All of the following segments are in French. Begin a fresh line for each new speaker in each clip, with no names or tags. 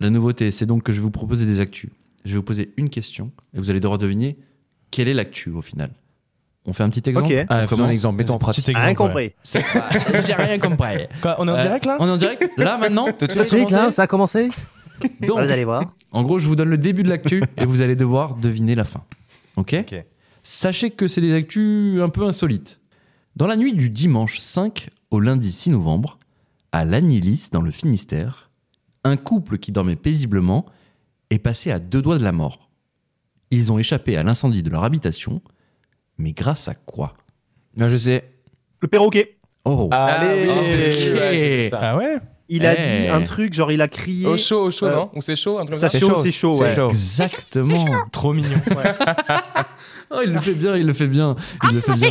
La nouveauté, c'est donc que je vais vous proposer des actus. Je vais vous poser une question et vous allez devoir deviner quelle est l'actu au final. On fait un petit exemple.
Ok.
On
Ah, faisons un
commence
exemple, mettons en pratique.
Petit exemple,
Rien
ouais.
compris.
J'ai rien compris.
Quoi, on est en
Euh,
direct là
On est en direct Là, maintenant Tout
Tout de suite, là, ça a commencé
Donc,
Vous allez voir.
en gros, je vous donne le début de l'actu et vous allez devoir deviner la fin. Ok
Ok.
Sachez que c'est des actus un peu insolites. Dans la nuit du dimanche 5 au lundi 6 novembre, à Lagnilis, dans le Finistère, un couple qui dormait paisiblement est passé à deux doigts de la mort. Ils ont échappé à l'incendie de leur habitation, mais grâce à quoi
Non, je sais. Ah,
Le perroquet.
Oh
Ah
Allez
ok.
Ah ouais
Il a
Eh.
dit un truc, genre il a crié.
Au chaud, au chaud,
Euh,
non Ou c'est chaud, un truc
ça
comme ça
fait chaud, c'est chaud.
oh.
ouais.
Exactement
Trop mignon.
Oh, il le fait bien, il le fait bien. Il le fait bien.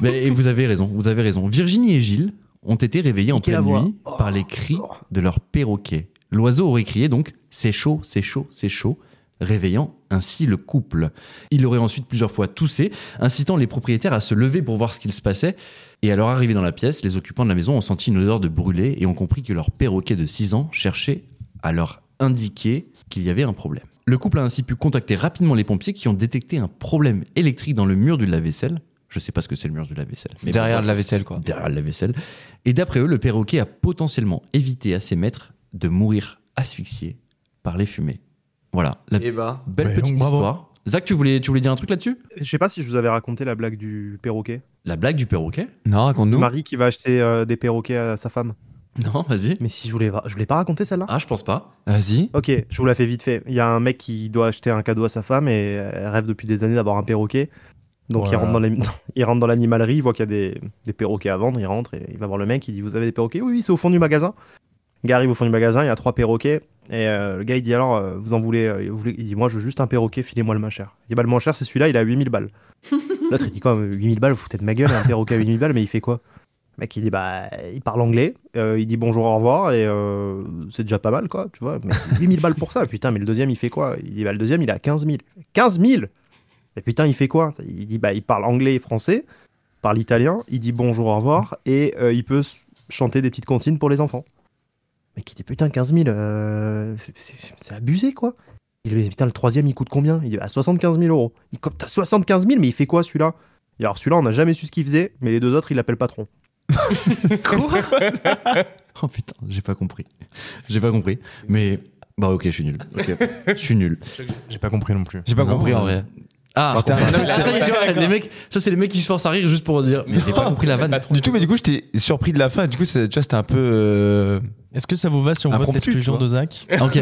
Mais et vous avez raison, vous avez raison. Virginie et Gilles ont été réveillés en
Niquez la
pleine
voix.
nuit par les cris de leur perroquet. L'oiseau aurait crié donc c'est chaud, c'est chaud, c'est chaud, réveillant ainsi le couple. Il aurait ensuite plusieurs fois toussé, incitant les propriétaires à se lever pour voir ce qu'il se passait. Et à leur arrivée dans la pièce, les occupants de la maison ont senti une odeur de brûlé et ont compris que leur perroquet de 6 ans cherchait à leur indiquer qu'il y avait un problème. Le couple a ainsi pu contacter rapidement les pompiers qui ont détecté un problème électrique dans le mur du lave-vaisselle. Je sais pas ce que c'est le mur du lave-vaisselle. mais
Derrière
bon,
de la vaisselle, quoi.
derrière la vaisselle. Et d'après eux, le perroquet a potentiellement évité à ses maîtres de mourir asphyxié par les fumées. Voilà, la
Et bah.
belle
Mais donc,
petite
bravo.
histoire. Zach, tu voulais, tu voulais dire un truc là-dessus
Je sais pas si je vous avais raconté la blague du perroquet.
La blague du perroquet
Non, raconte-nous.
Marie qui va acheter euh, des perroquets à sa femme.
Non, vas-y.
Mais si je voulais, je voulais pas raconter celle-là.
Ah, je pense pas.
Vas-y.
Ok, je vous la fais vite fait. Il y a un mec qui doit acheter un cadeau à sa femme et elle rêve depuis des années d'avoir un perroquet. Donc il
Voilà.
rentre dans les- il rentre dans l'animalerie, il voit qu'il y a des, des perroquets à vendre, il rentre et il va voir le mec, il dit Vous avez des perroquets Oui, oui, c'est au fond du magasin. Le gars arrive au fond du magasin, il y a trois perroquets. Et euh, le gars il dit Alors, euh, vous en voulez, euh, vous voulez- Il dit Moi, je veux juste un perroquet, filez-moi le moins cher. Il dit Bah, le moins cher, c'est celui-là, il a 8000 balles. L'autre il dit Quoi 8000 balles, vous foutez de ma gueule, un perroquet à 8000 balles, mais il fait quoi le mec, il dit, bah, il parle anglais, euh, il dit bonjour, au revoir, et euh, c'est déjà pas mal, quoi, tu vois. Mais 8000 balles pour ça, putain, mais le deuxième, il fait quoi Il dit, bah, le deuxième, il a 15 000. 15 000 Mais putain, il fait quoi Il dit, bah, il parle anglais et français, il parle italien, il dit bonjour, au revoir, et euh, il peut s- chanter des petites comptines pour les enfants. Le mec, il dit, putain, 15 000, euh, c'est- c'est c'est abusé, quoi. Il lui dit, putain, le troisième, il coûte combien Il dit, bah, 75 000 euros. Il dit, comme t'as 75 000, mais il fait quoi, celui-là Et alors, celui-là, on n'a jamais su ce qu'il faisait, mais les deux autres, il l'appelle patron.
Oh putain, j'ai pas compris. J'ai pas compris. Mais bah ok, je suis nul. Ok, je suis nul.
J'ai pas compris non plus.
J'ai pas
Non,
compris en
euh,
vrai.
Ah,
Putain,
je comprends.
non, mais
Ah, ça y est, tu vois, les mecs, ça c'est les mecs qui se forcent à rire juste pour dire. Mais j'ai
Oh,
pas compris la vanne.
Du tout, mais du coup, j'étais surpris de la fin. Du coup, c'est- tu vois, c'était un peu. euh,
Est-ce que ça vous va si on vote
Impromptu,
l'exclusion de
tu vois.
Zach
Ok,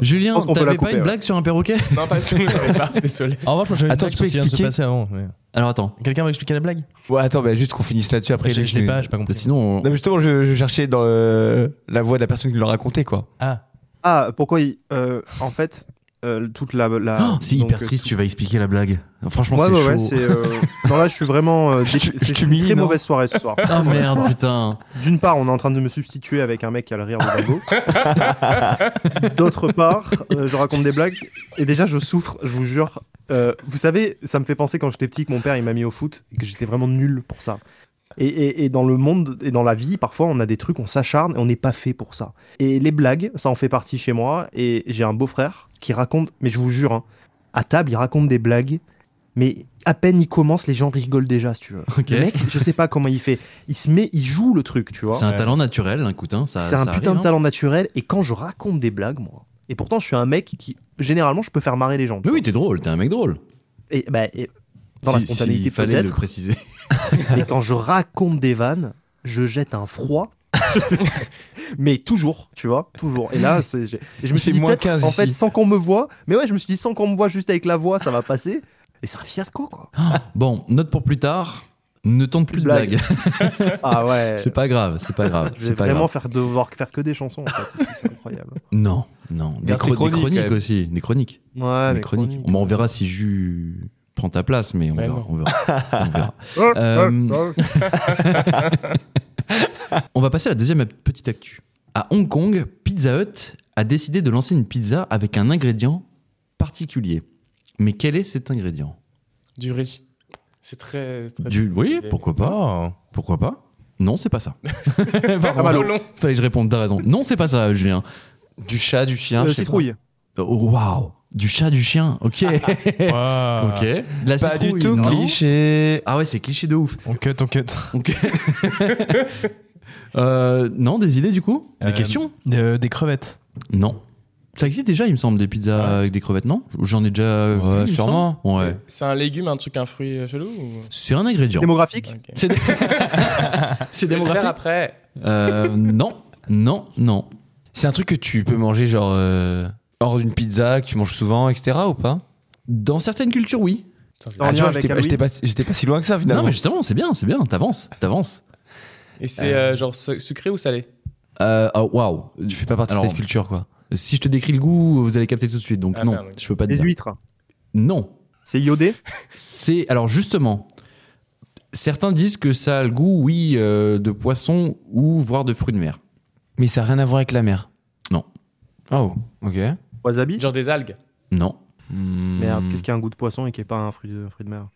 Julien,
Je pense qu'on peut la
t'avais pas
couper,
une
ouais.
blague sur un perroquet
Non, pas du tout, j'avais pas, désolé.
En revanche, moi, j'avais une
Attends,
blague
tu
sur
peux
ce qui vient de se
expliquer
passer avant. mais-
Alors attends,
Quelqu'un veut expliquer la blague
Ouais, attends, bah, juste qu'on finisse là-dessus après.
Je
les-
je l'ai pas, j'ai pas compris.
sinon.
Non, mais justement, je, je cherchais dans le- la voix de la personne qui l'a raconté, quoi.
Ah,
Ah, pourquoi il- euh, En fait, euh, toute la. la
Oh, c'est
donc,
hyper
euh,
triste,
tout-
tu vas expliquer la blague. Franchement,
Ouais,
c'est
ouais,
chaud.
ouais, c'est. euh, Non, là, je suis vraiment. euh, dé-
Je- je
C'est une
t'humilie,
très
non
mauvaise soirée ce soir.
Ah merde, putain.
D'une part, on est en train de me substituer avec un mec qui a le rire de Dingo. D'autre part, euh, je raconte des blagues. Et déjà, je souffre, je vous jure. Euh, vous savez, ça me fait penser quand j'étais petit que mon père il m'a mis au foot et que j'étais vraiment nul pour ça. Et, et- et dans le monde et dans la vie, parfois on a des trucs, on s'acharne et on n'est pas fait pour ça. Et les blagues, ça en fait partie chez moi. Et j'ai un beau-frère qui raconte, mais je vous jure, hein, à table, il raconte des blagues, mais à peine il commence, les gens rigolent déjà, si tu veux.
Ok.
Le mec, je sais pas comment il fait. Il se met, il joue le truc, tu vois.
C'est un
Ouais.
talent naturel, un coup, hein, ça.
C'est un
ça
putain
arrive,
de
hein.
talent naturel. Et quand je raconte des blagues, moi, et pourtant je suis un mec qui, généralement, je peux faire marrer les gens. tu
Mais
vois.
oui, t'es drôle, t'es un mec drôle.
Et, bah, et dans la
Si-
spontanéité
s'il fallait le
peut-être,
préciser.
mais quand je raconte des vannes, je jette un froid. Je sais- mais toujours, tu vois, toujours. Et là, c'est- j'ai- et je me
Il
suis
fait
dit
moins
peut-être,
15
en
ici.
fait, sans qu'on me voit. Mais ouais, je me suis dit sans qu'on me voit, juste avec la voix, ça va passer. Et c'est un fiasco, quoi.
Oh, Bon, note pour plus tard. Ne tente plus de
Blague.
blagues.
Ah ouais.
C'est pas grave, c'est pas grave.
Je vais
C'est pas
vraiment
grave.
faire devoir faire que des chansons, en fait. ici, C'est incroyable.
Non, non. Des,
Garde tes
chro- des
chroniques,
chroniques
quand même.
aussi, des chroniques.
Ouais,
des chroniques. Bon, on verra si Jus prend ta place, mais on
Mais
verra.
non.
On, verra. on verra. Euh, On va passer à la deuxième petite actu. À Hong Kong, Pizza Hut a décidé de lancer une pizza avec un ingrédient particulier. Mais quel est cet ingrédient
Du riz. C'est très. très
Du oui, pourquoi pas
oh.
Pourquoi pas Non, c'est pas ça. Pardon,
Pas mal long.
fallait que je réponde. T'as raison. Non, c'est pas ça, Julien.
Du chat, du chien.
Euh,
je sais
citrouille.
Oh, Waouh Du chat, du chien, ok. ok. De la
Pas, Pas du
citrouille,
tout
non
cliché.
Ah ouais, c'est cliché de ouf.
On cut, on cut.
Ok. Euh, non, des idées du coup Des
Euh,
questions
Euh, des crevettes.
Non. Ça existe déjà, il me semble, des pizzas
Ouais.
avec des crevettes, non J'en ai déjà. vu, il me
sûrement.
semble. Ouais.
C'est un légume, un truc, un fruit euh, chelou ou...
C'est un ingrédient.
Démographique.
Ok.
C'est c'est
Je vais le faire
démographique
après.
Euh, Non, non, non.
C'est un truc que tu peux manger genre euh, hors d'une pizza que tu manges souvent, etc. Ou pas Ah,
Dans certaines cultures, oui.
Putain, c'est-
En
tu vois,
lien avec
j'étais pas-
Halloween.
j'étais pas, j'étais pas si loin que ça finalement.
Non, mais justement, c'est bien, c'est bien. T'avances, t'avances.
Et c'est euh, genre su- sucré ou salé
Euh, oh, Waouh.
Tu fais pas partie
Alors,
de cette culture quoi.
Si je te décris le goût, vous allez capter tout de suite. Donc
Ah,
non,
merde, ok.
je peux pas te
Les
dire.
huîtres.
Non.
C'est iodé.
C'est alors justement, certains disent que ça a le goût, oui, euh, de poisson ou voire de fruits de mer.
Mais ça a rien à voir avec la mer.
Non.
Oh, ok.
Wasabi.
Genre des algues.
Non. hmm.
Merde, qu'est-ce qu'il y a un goût de poisson et qui est pas un fruit de, fruit de mer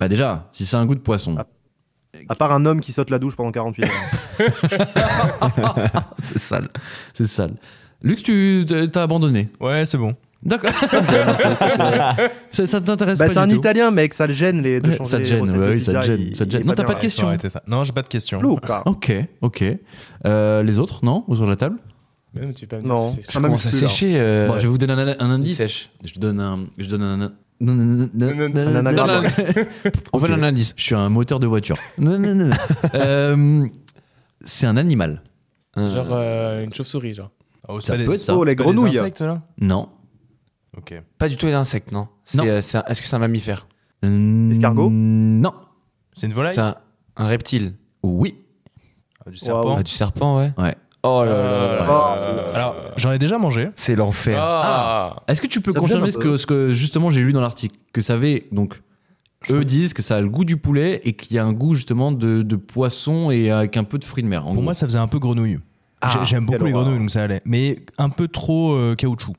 Bah déjà, si c'est un goût de poisson,
Ah. À part un homme qui saute la douche pendant 48 heures.
c'est sale, c'est sale. Luc, tu t'as abandonné.
Ouais, c'est bon.
D'accord. ça, ça t'intéresse
Bah,
pas
c'est un
du tout.
italien, mec, ça le gêne les, de
Ouais,
changer
ça te
les
gêne,
recettes
bah
de
oui, ça te
pizza,
gêne,
il-
ça te
il
gêne.
est
Non,
pas
t'as
bien,
pas de
ouais.
question.
Faut arrêter ça. Non, j'ai pas de question.
Lourd,
Ok, ok. Euh, les autres, non, autour de la table.
Même tu peux pas me dire
Non,
si c'est-
ça
Comment
m'amuse
ça
plus, là.
sécher euh,
Bon, je vais vous donner un, un indice.
sèche.
Je donne un, je donne un. Non, non, non,
Ah.
non, non, non,
Un
non,
anagramme.
non.
On veut
Ok.
un indice.
Je suis un moteur de voiture. Non, non, non. Euh, c'est un animal.
Genre euh, une chauve-souris, genre.
Oh,
Ça
c'est
peut
les-
être ça.
Oh, les
c'est pas
grenouilles.
Des insectes, là
Non.
Ok.
Pas du tout un insecte, non. C'est,
Non.
euh, c'est un- Est-ce que c'est un mammifère
Euh,
Escargot
Non.
C'est une volaille
C'est un, un reptile.
Oui.
Ah, Du serpent
Waouh.
Ah, du serpent, ouais.
Ouais.
Oh là là là.
Euh,
Alors, j'en ai déjà mangé.
C'est l'enfer.
Ah,
Est-ce que tu peux
Ça me
confirmer
gêne un
ce
peu.
que, ce que justement j'ai lu dans l'article Que ça avait. Donc, eux disent que ça a le goût du poulet et qu'il y a un goût justement de, de poisson et avec un peu de fruits de mer. en
Pour
gros.
moi, ça faisait un peu grenouille.
Ah,
J'ai- J'aime beaucoup
quelle
les
horreur.
grenouilles, donc ça allait. Mais un peu trop euh, caoutchouc.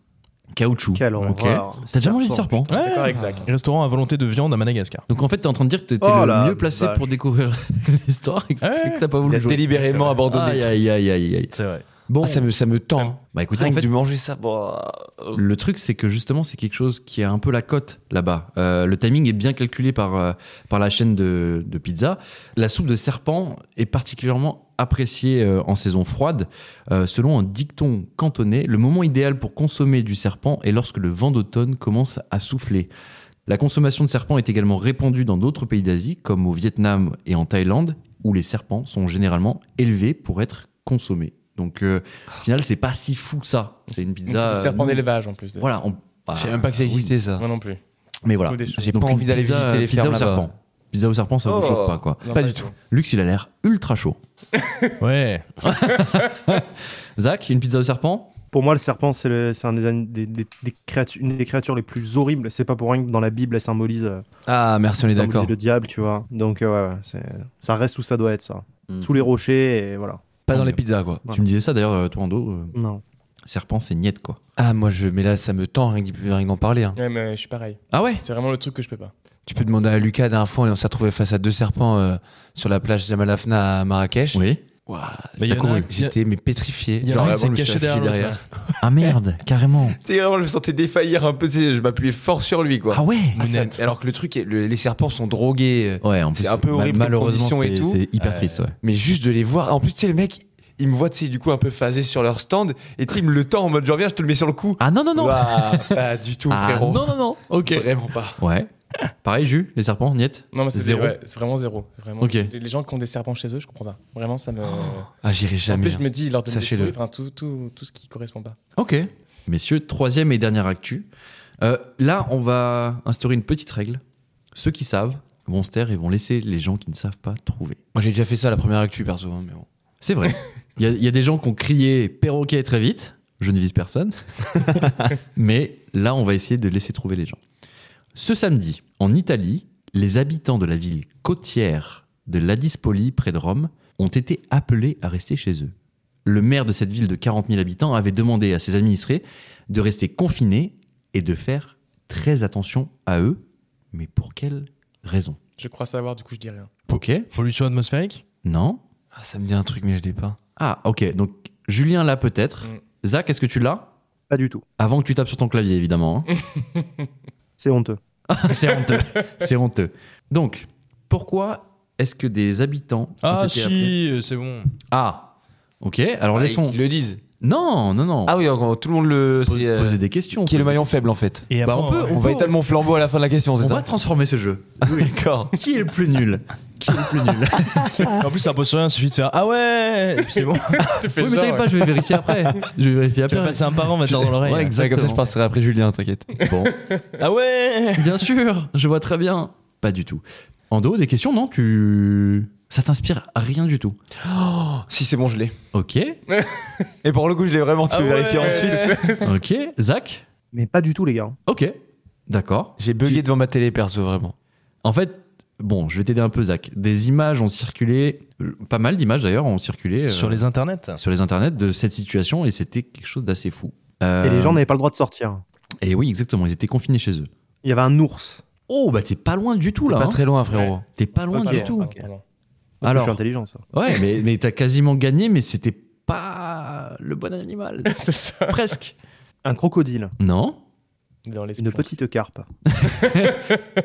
caoutchouc.
Quelle
Ok.
horreur.
T'as déjà mangé du serpent
d'accord,
Ah.
exact.
Restaurant à volonté de viande à Madagascar.
Donc en fait, t'es en train de dire que t'étais
Oh
le
la
mieux placé
vache.
pour découvrir l'histoire et que
Ouais.
que t'as pas
Il
voulu
a
jouer.
délibérément
Aïe,
abandonné.
aïe, aïe, aïe, aïe.
C'est vrai.
Bon,
Ah, ça me, ça me tend.
bah écoutez,
Rien
en
que
fait,
de manger ça. bon, euh,
Le truc, c'est que justement, c'est quelque chose qui a un peu la cote là-bas. Euh, le timing est bien calculé par, euh, par la chaîne de, de pizza. La soupe de serpent est particulièrement appréciée euh, en saison froide. Euh, selon un dicton cantonais, le moment idéal pour consommer du serpent est lorsque le vent d'automne commence à souffler. La consommation de serpents est également répandue dans d'autres pays d'Asie, comme au Vietnam et en Thaïlande, où les serpents sont généralement élevés pour être consommés. Donc, euh, au final, c'est pas si fou que ça. C'est une
Donc,
pizza.
c'est du serpent
euh,
d'élevage en plus. de-
voilà, on. bah,
Je savais même pas que ça
oui.
existait, ça.
Moi non plus.
Mais voilà.
Ou des choses.
J'ai pas
une
envie d'aller
pizza-
visiter les
pizza
fermes
au
là-bas.
serpent. Pizza au serpent, ça vous
Oh.
chauffe pas quoi.
Non,
Pas du tout.
Lux, il a l'air ultra chaud.
Ouais.
Zach, une pizza au serpent
Pour moi, le serpent, c'est le- c'est un des, an- des, des- des créatures, une des créatures les plus horribles. C'est pas pour rien que dans la Bible, elle symbolise, euh,
Ah, merci, on est
symbolise
d'accord.
le diable, tu vois. Donc, euh, ouais, ouais, c'est- ça reste où ça doit être, ça.
Mm.
Sous les rochers, et voilà.
Pas dans les pizzas, quoi.
Tu me disais ça d'ailleurs, euh, toi en dos. euh,
Non.
serpent, c'est niette quoi.
Ah, moi, je. Mais là, ça me tend rien que d'y- rien que d'en parler. hein.
Ouais, mais je suis pareil.
Ah ouais
C'est vraiment le truc que je peux pas.
Tu peux demander à Lucas, la dernière fois, on s'est retrouvé face à deux serpents euh, sur la plage Jamal Afna à Marrakech.
Oui.
Waouh,
Bah, y en a
comment-
un-
J'étais mais
y
pétrifié.
en a un qui
vraiment,
s'est
je me suis
caché
affiché
derrière
Ah merde, carrément.
Tu sais, vraiment, je me sentais défaillir un peu. tu sais, Je m'appuyais fort sur lui, quoi.
Ah ouais
Ah, ça-
Lunette.
alors que le truc, est- le- les serpents sont drogués. euh,
Ouais, en plus,
C'est un peu
ma-
horrible comme
malheureusement,
condition et
c'est
tout. Euh,
c'est hyper
Ouais.
triste. Ouais.
Mais juste de les voir. En plus, tu sais, le mec, il me voit, tu sais, du coup, un peu phasé sur leur stand. Et tu sais, il me le tend en mode, je reviens, je te le mets sur le cou.
Ah non, non, non
Ouah, pas du tout,
Ah,
frérot.
Non, non, non Ok.
Vraiment pas.
Ouais. Pareil, Jus, les serpents, niette
Non, mais c'est
Zéro.
ouais, c'est vraiment zéro. Vraiment.
Ok.
Les les gens qui ont des serpents chez eux, je comprends pas. Vraiment, ça me.
Ah, j'irai
en
jamais.
plus, je me dis, ils leur donnent des
Sachez-le.
souris, enfin, tout, tout, tout ce qui correspond pas.
Ok. Messieurs, troisième et dernière actu. Euh, là, on va instaurer une petite règle. Ceux qui savent vont se taire et vont laisser les gens qui ne savent pas trouver.
Moi, j'ai déjà fait ça la première actu, perso. hein, mais bon.
C'est vrai. Il y, a- il y a des gens qui ont crié perroquet très vite. Je ne vise personne. Mais là, on va essayer de laisser trouver les gens. Ce samedi, en Italie, les habitants de la ville côtière de Ladispoli, près de Rome, ont été appelés à rester chez eux. Le maire de cette ville de 40 000 habitants avait demandé à ses administrés de rester confinés et de faire très attention à eux. Mais pour quelle raison
Je crois savoir, du coup, je dis rien.
Ok
Pollution atmosphérique
Non
Ah, ça me dit un truc, mais je l'ai pas.
Ah, ok. Donc, Julien là peut-être.
Mm.
Zach, est-ce que tu l'as
Pas du tout.
Avant que tu tapes sur ton clavier, évidemment. hein.
C'est honteux.
c'est honteux. C'est honteux. Donc, pourquoi est-ce que des habitants. ont
Ah
été appelés-
si, euh, c'est bon.
Ah Ok, alors
Ah, et
laissons.
qu'ils le disent.
Non, non, non.
Ah oui, donc, tout le monde le.
Pose-
c'est, euh,
poser des questions.
Qui est le maillon faible en fait
Et
Bah,
après,
on peut-
On va étaler mon flambeau à la fin de la question, c'est
On
ça
va transformer ce jeu.
Oui, d'accord.
Qui est le plus nul Qui est le plus nul
En plus, ça impose sur rien, il suffit de faire Ah ouais et puis C'est bon.
Tu fais
Oui, mais
genre,
t'inquiète pas, je vais vérifier après. Je vais vérifier
Tu vas
après.
passer un parent, on va te dire dans l'oreille.
Ouais, exact.
Ça, comme ça, je passerai après Julien, t'inquiète.
Bon.
Ah ouais
Bien sûr, je vois très bien. Pas du tout. En dos, des questions, non Tu. Ça t'inspire à rien du tout.
Si c'est bon, je l'ai.
Ok,
Et pour le coup, je l'ai vraiment, tu
Ah
peux
ouais.
vérifier ensuite.
ok. Zach
Mais pas du tout, les gars.
Ok, d'accord.
J'ai bugué devant ma télé perso, vraiment.
En fait, bon, je vais t'aider un peu, Zach. Des images ont circulé, euh, pas mal d'images d'ailleurs ont circulé euh,
Sur les internets
sur les internets de cette situation et c'était quelque chose d'assez fou. Euh,
Et les gens n'avaient pas le droit de sortir.
Et oui, exactement, ils étaient confinés chez eux.
Il y avait un ours.
Oh, bah t'es pas loin du tout là.
Pas
hein.
très loin, frérot.
T'es pas loin
Pardon,
du tout.
pardon, pardon.
Parce que
Alors.
Je suis intelligent, ça.
Ouais, mais, mais t'as quasiment gagné, mais c'était pas le bon animal.
C'est ça.
Presque.
Un crocodile.
Non,
Dans les
Une petite carpe.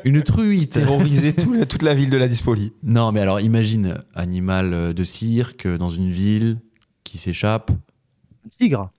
une truite.
Terroriser tout la- toute la ville de la Dispoli.
Non, mais alors imagine euh, animal euh, de cirque euh, dans une ville qui s'échappe.
Un tigre.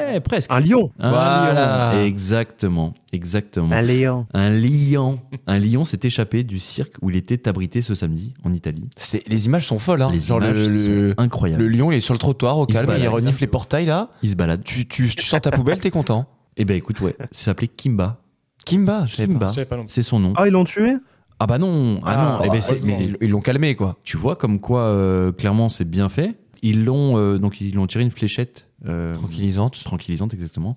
Eh, presque.
Un lion.
Un
Voilà.
lion. Exactement, exactement.
Un lion.
Un lion. Un lion s'est échappé du cirque où il était abrité ce samedi en Italie.
C'est- Les images sont folles, hein.
Les
Genre le-
images
le,
sont incroyables.
le lion, il est sur le trottoir au
Il se
calme, il
balade.
renifle les portails là.
Il se balade.
Tu, tu, tu sors ta poubelle, t'es content.
Eh ben écoute, ouais, c'est appelé Kimba.
Kimba, je sais pas.
Je
Kimba,
savais pas non plus.
c'est son nom.
Ah, ils l'ont tué
Ah bah non, ah non.
Ah,
Eh ben, c'est-
heureusement.
mais
Ils ils l'ont calmé, quoi.
tu vois comme quoi, euh, clairement, c'est bien fait. Ils l'ont euh, donc ils l'ont tiré une fléchette euh,
Tranquillisante.
tranquillisante exactement.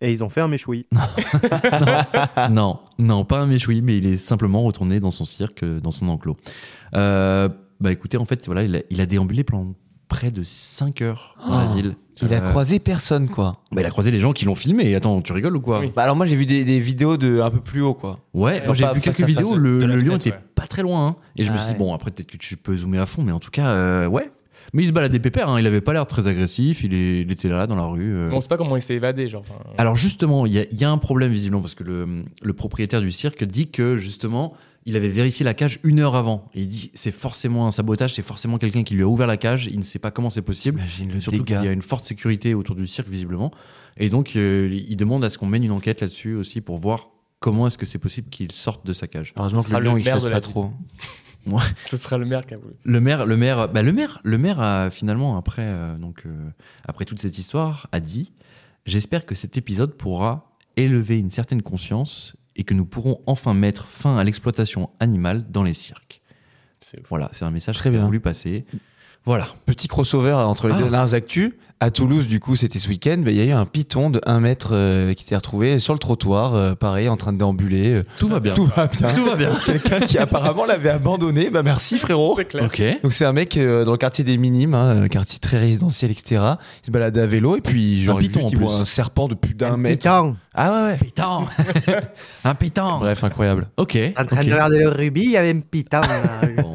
Et ils ont fait un méchoui.
Ah.
non, non, pas un méchoui, mais il est simplement retourné dans son cirque, euh, dans son enclos. Euh, bah écoutez, en fait, voilà, il a, il a déambulé pendant près de 5 heures dans la
Oh,
ville.
Il a
Euh,
croisé personne, quoi.
Bah, il a croisé les gens qui l'ont filmé. Attends, tu rigoles ou quoi
Oui.
Bah alors moi j'ai vu des, des vidéos de un peu plus haut, quoi.
Ouais,
Ouais,
moi, j'ai
pas
vu
face
quelques
à face
vidéos.
de-
le
de la
le lion
fenêtre,
était
ouais.
pas très loin. hein. et je
Ah
me suis dit,
ouais.
bon, après, peut-être que tu peux zoomer à fond, mais en tout cas, euh, ouais. Mais il se baladait pépère. hein. Il avait pas l'air très agressif. Il, est- il était là, dans la rue. euh. Ah.
Mais On sait pas comment il s'est évadé, genre. enfin,
Alors justement, il y, a- il y a un problème visiblement parce que le, le propriétaire du cirque dit que justement, il avait vérifié la cage une heure avant. Et il dit c'est forcément un sabotage, c'est forcément quelqu'un qui lui a ouvert la cage. Il ne sait pas comment c'est possible.
Imagine le
Surtout qu'il y a une forte sécurité autour du cirque visiblement. Et donc, euh, il demande à ce qu'on mène une enquête là-dessus aussi pour voir comment est-ce que c'est possible qu'il sorte de sa cage.
Heureusement
Ce
que le
sera
lion
le
il
maire
chasse
de la
pas
ville.
trop.
Ce sera le maire qui a voulu.
Le maire, le maire, bah, le maire, le maire a finalement après euh, donc euh, après toute cette histoire a dit j'espère que cet épisode pourra élever une certaine conscience et que nous pourrons enfin mettre fin à l'exploitation animale dans les cirques.
C'est ouf.
Voilà, c'est un message
Très
très bien
bien.
voulu passer. Voilà.
Petit crossover entre les
Ah.
deux dernières actus. À Toulouse, du coup, c'était ce week-end, mais il y a eu un piton de 1 mètre euh, qui s'est retrouvé sur le trottoir, euh, pareil, en train de déambuler. euh,
Tout va bien.
Tout va bien.
Tout va bien.
Quelqu'un qui apparemment l'avait abandonné. Bah merci, frérot.
C'est clair.
OK.
Donc c'est un mec euh, dans le quartier des Minimes, hein, euh, quartier très résidentiel, etc. Il se balade à vélo et puis genre
Un
il-
piton,
juste,
en
il voit
plus.
un serpent de plus d'un
Un
mètre.
pétard.
Ah ouais, ouais.
Pétan. un pétan.
Bref, incroyable.
OK.
En train
ok.
de regarder le rubis, il y avait un piton. là.
Bon.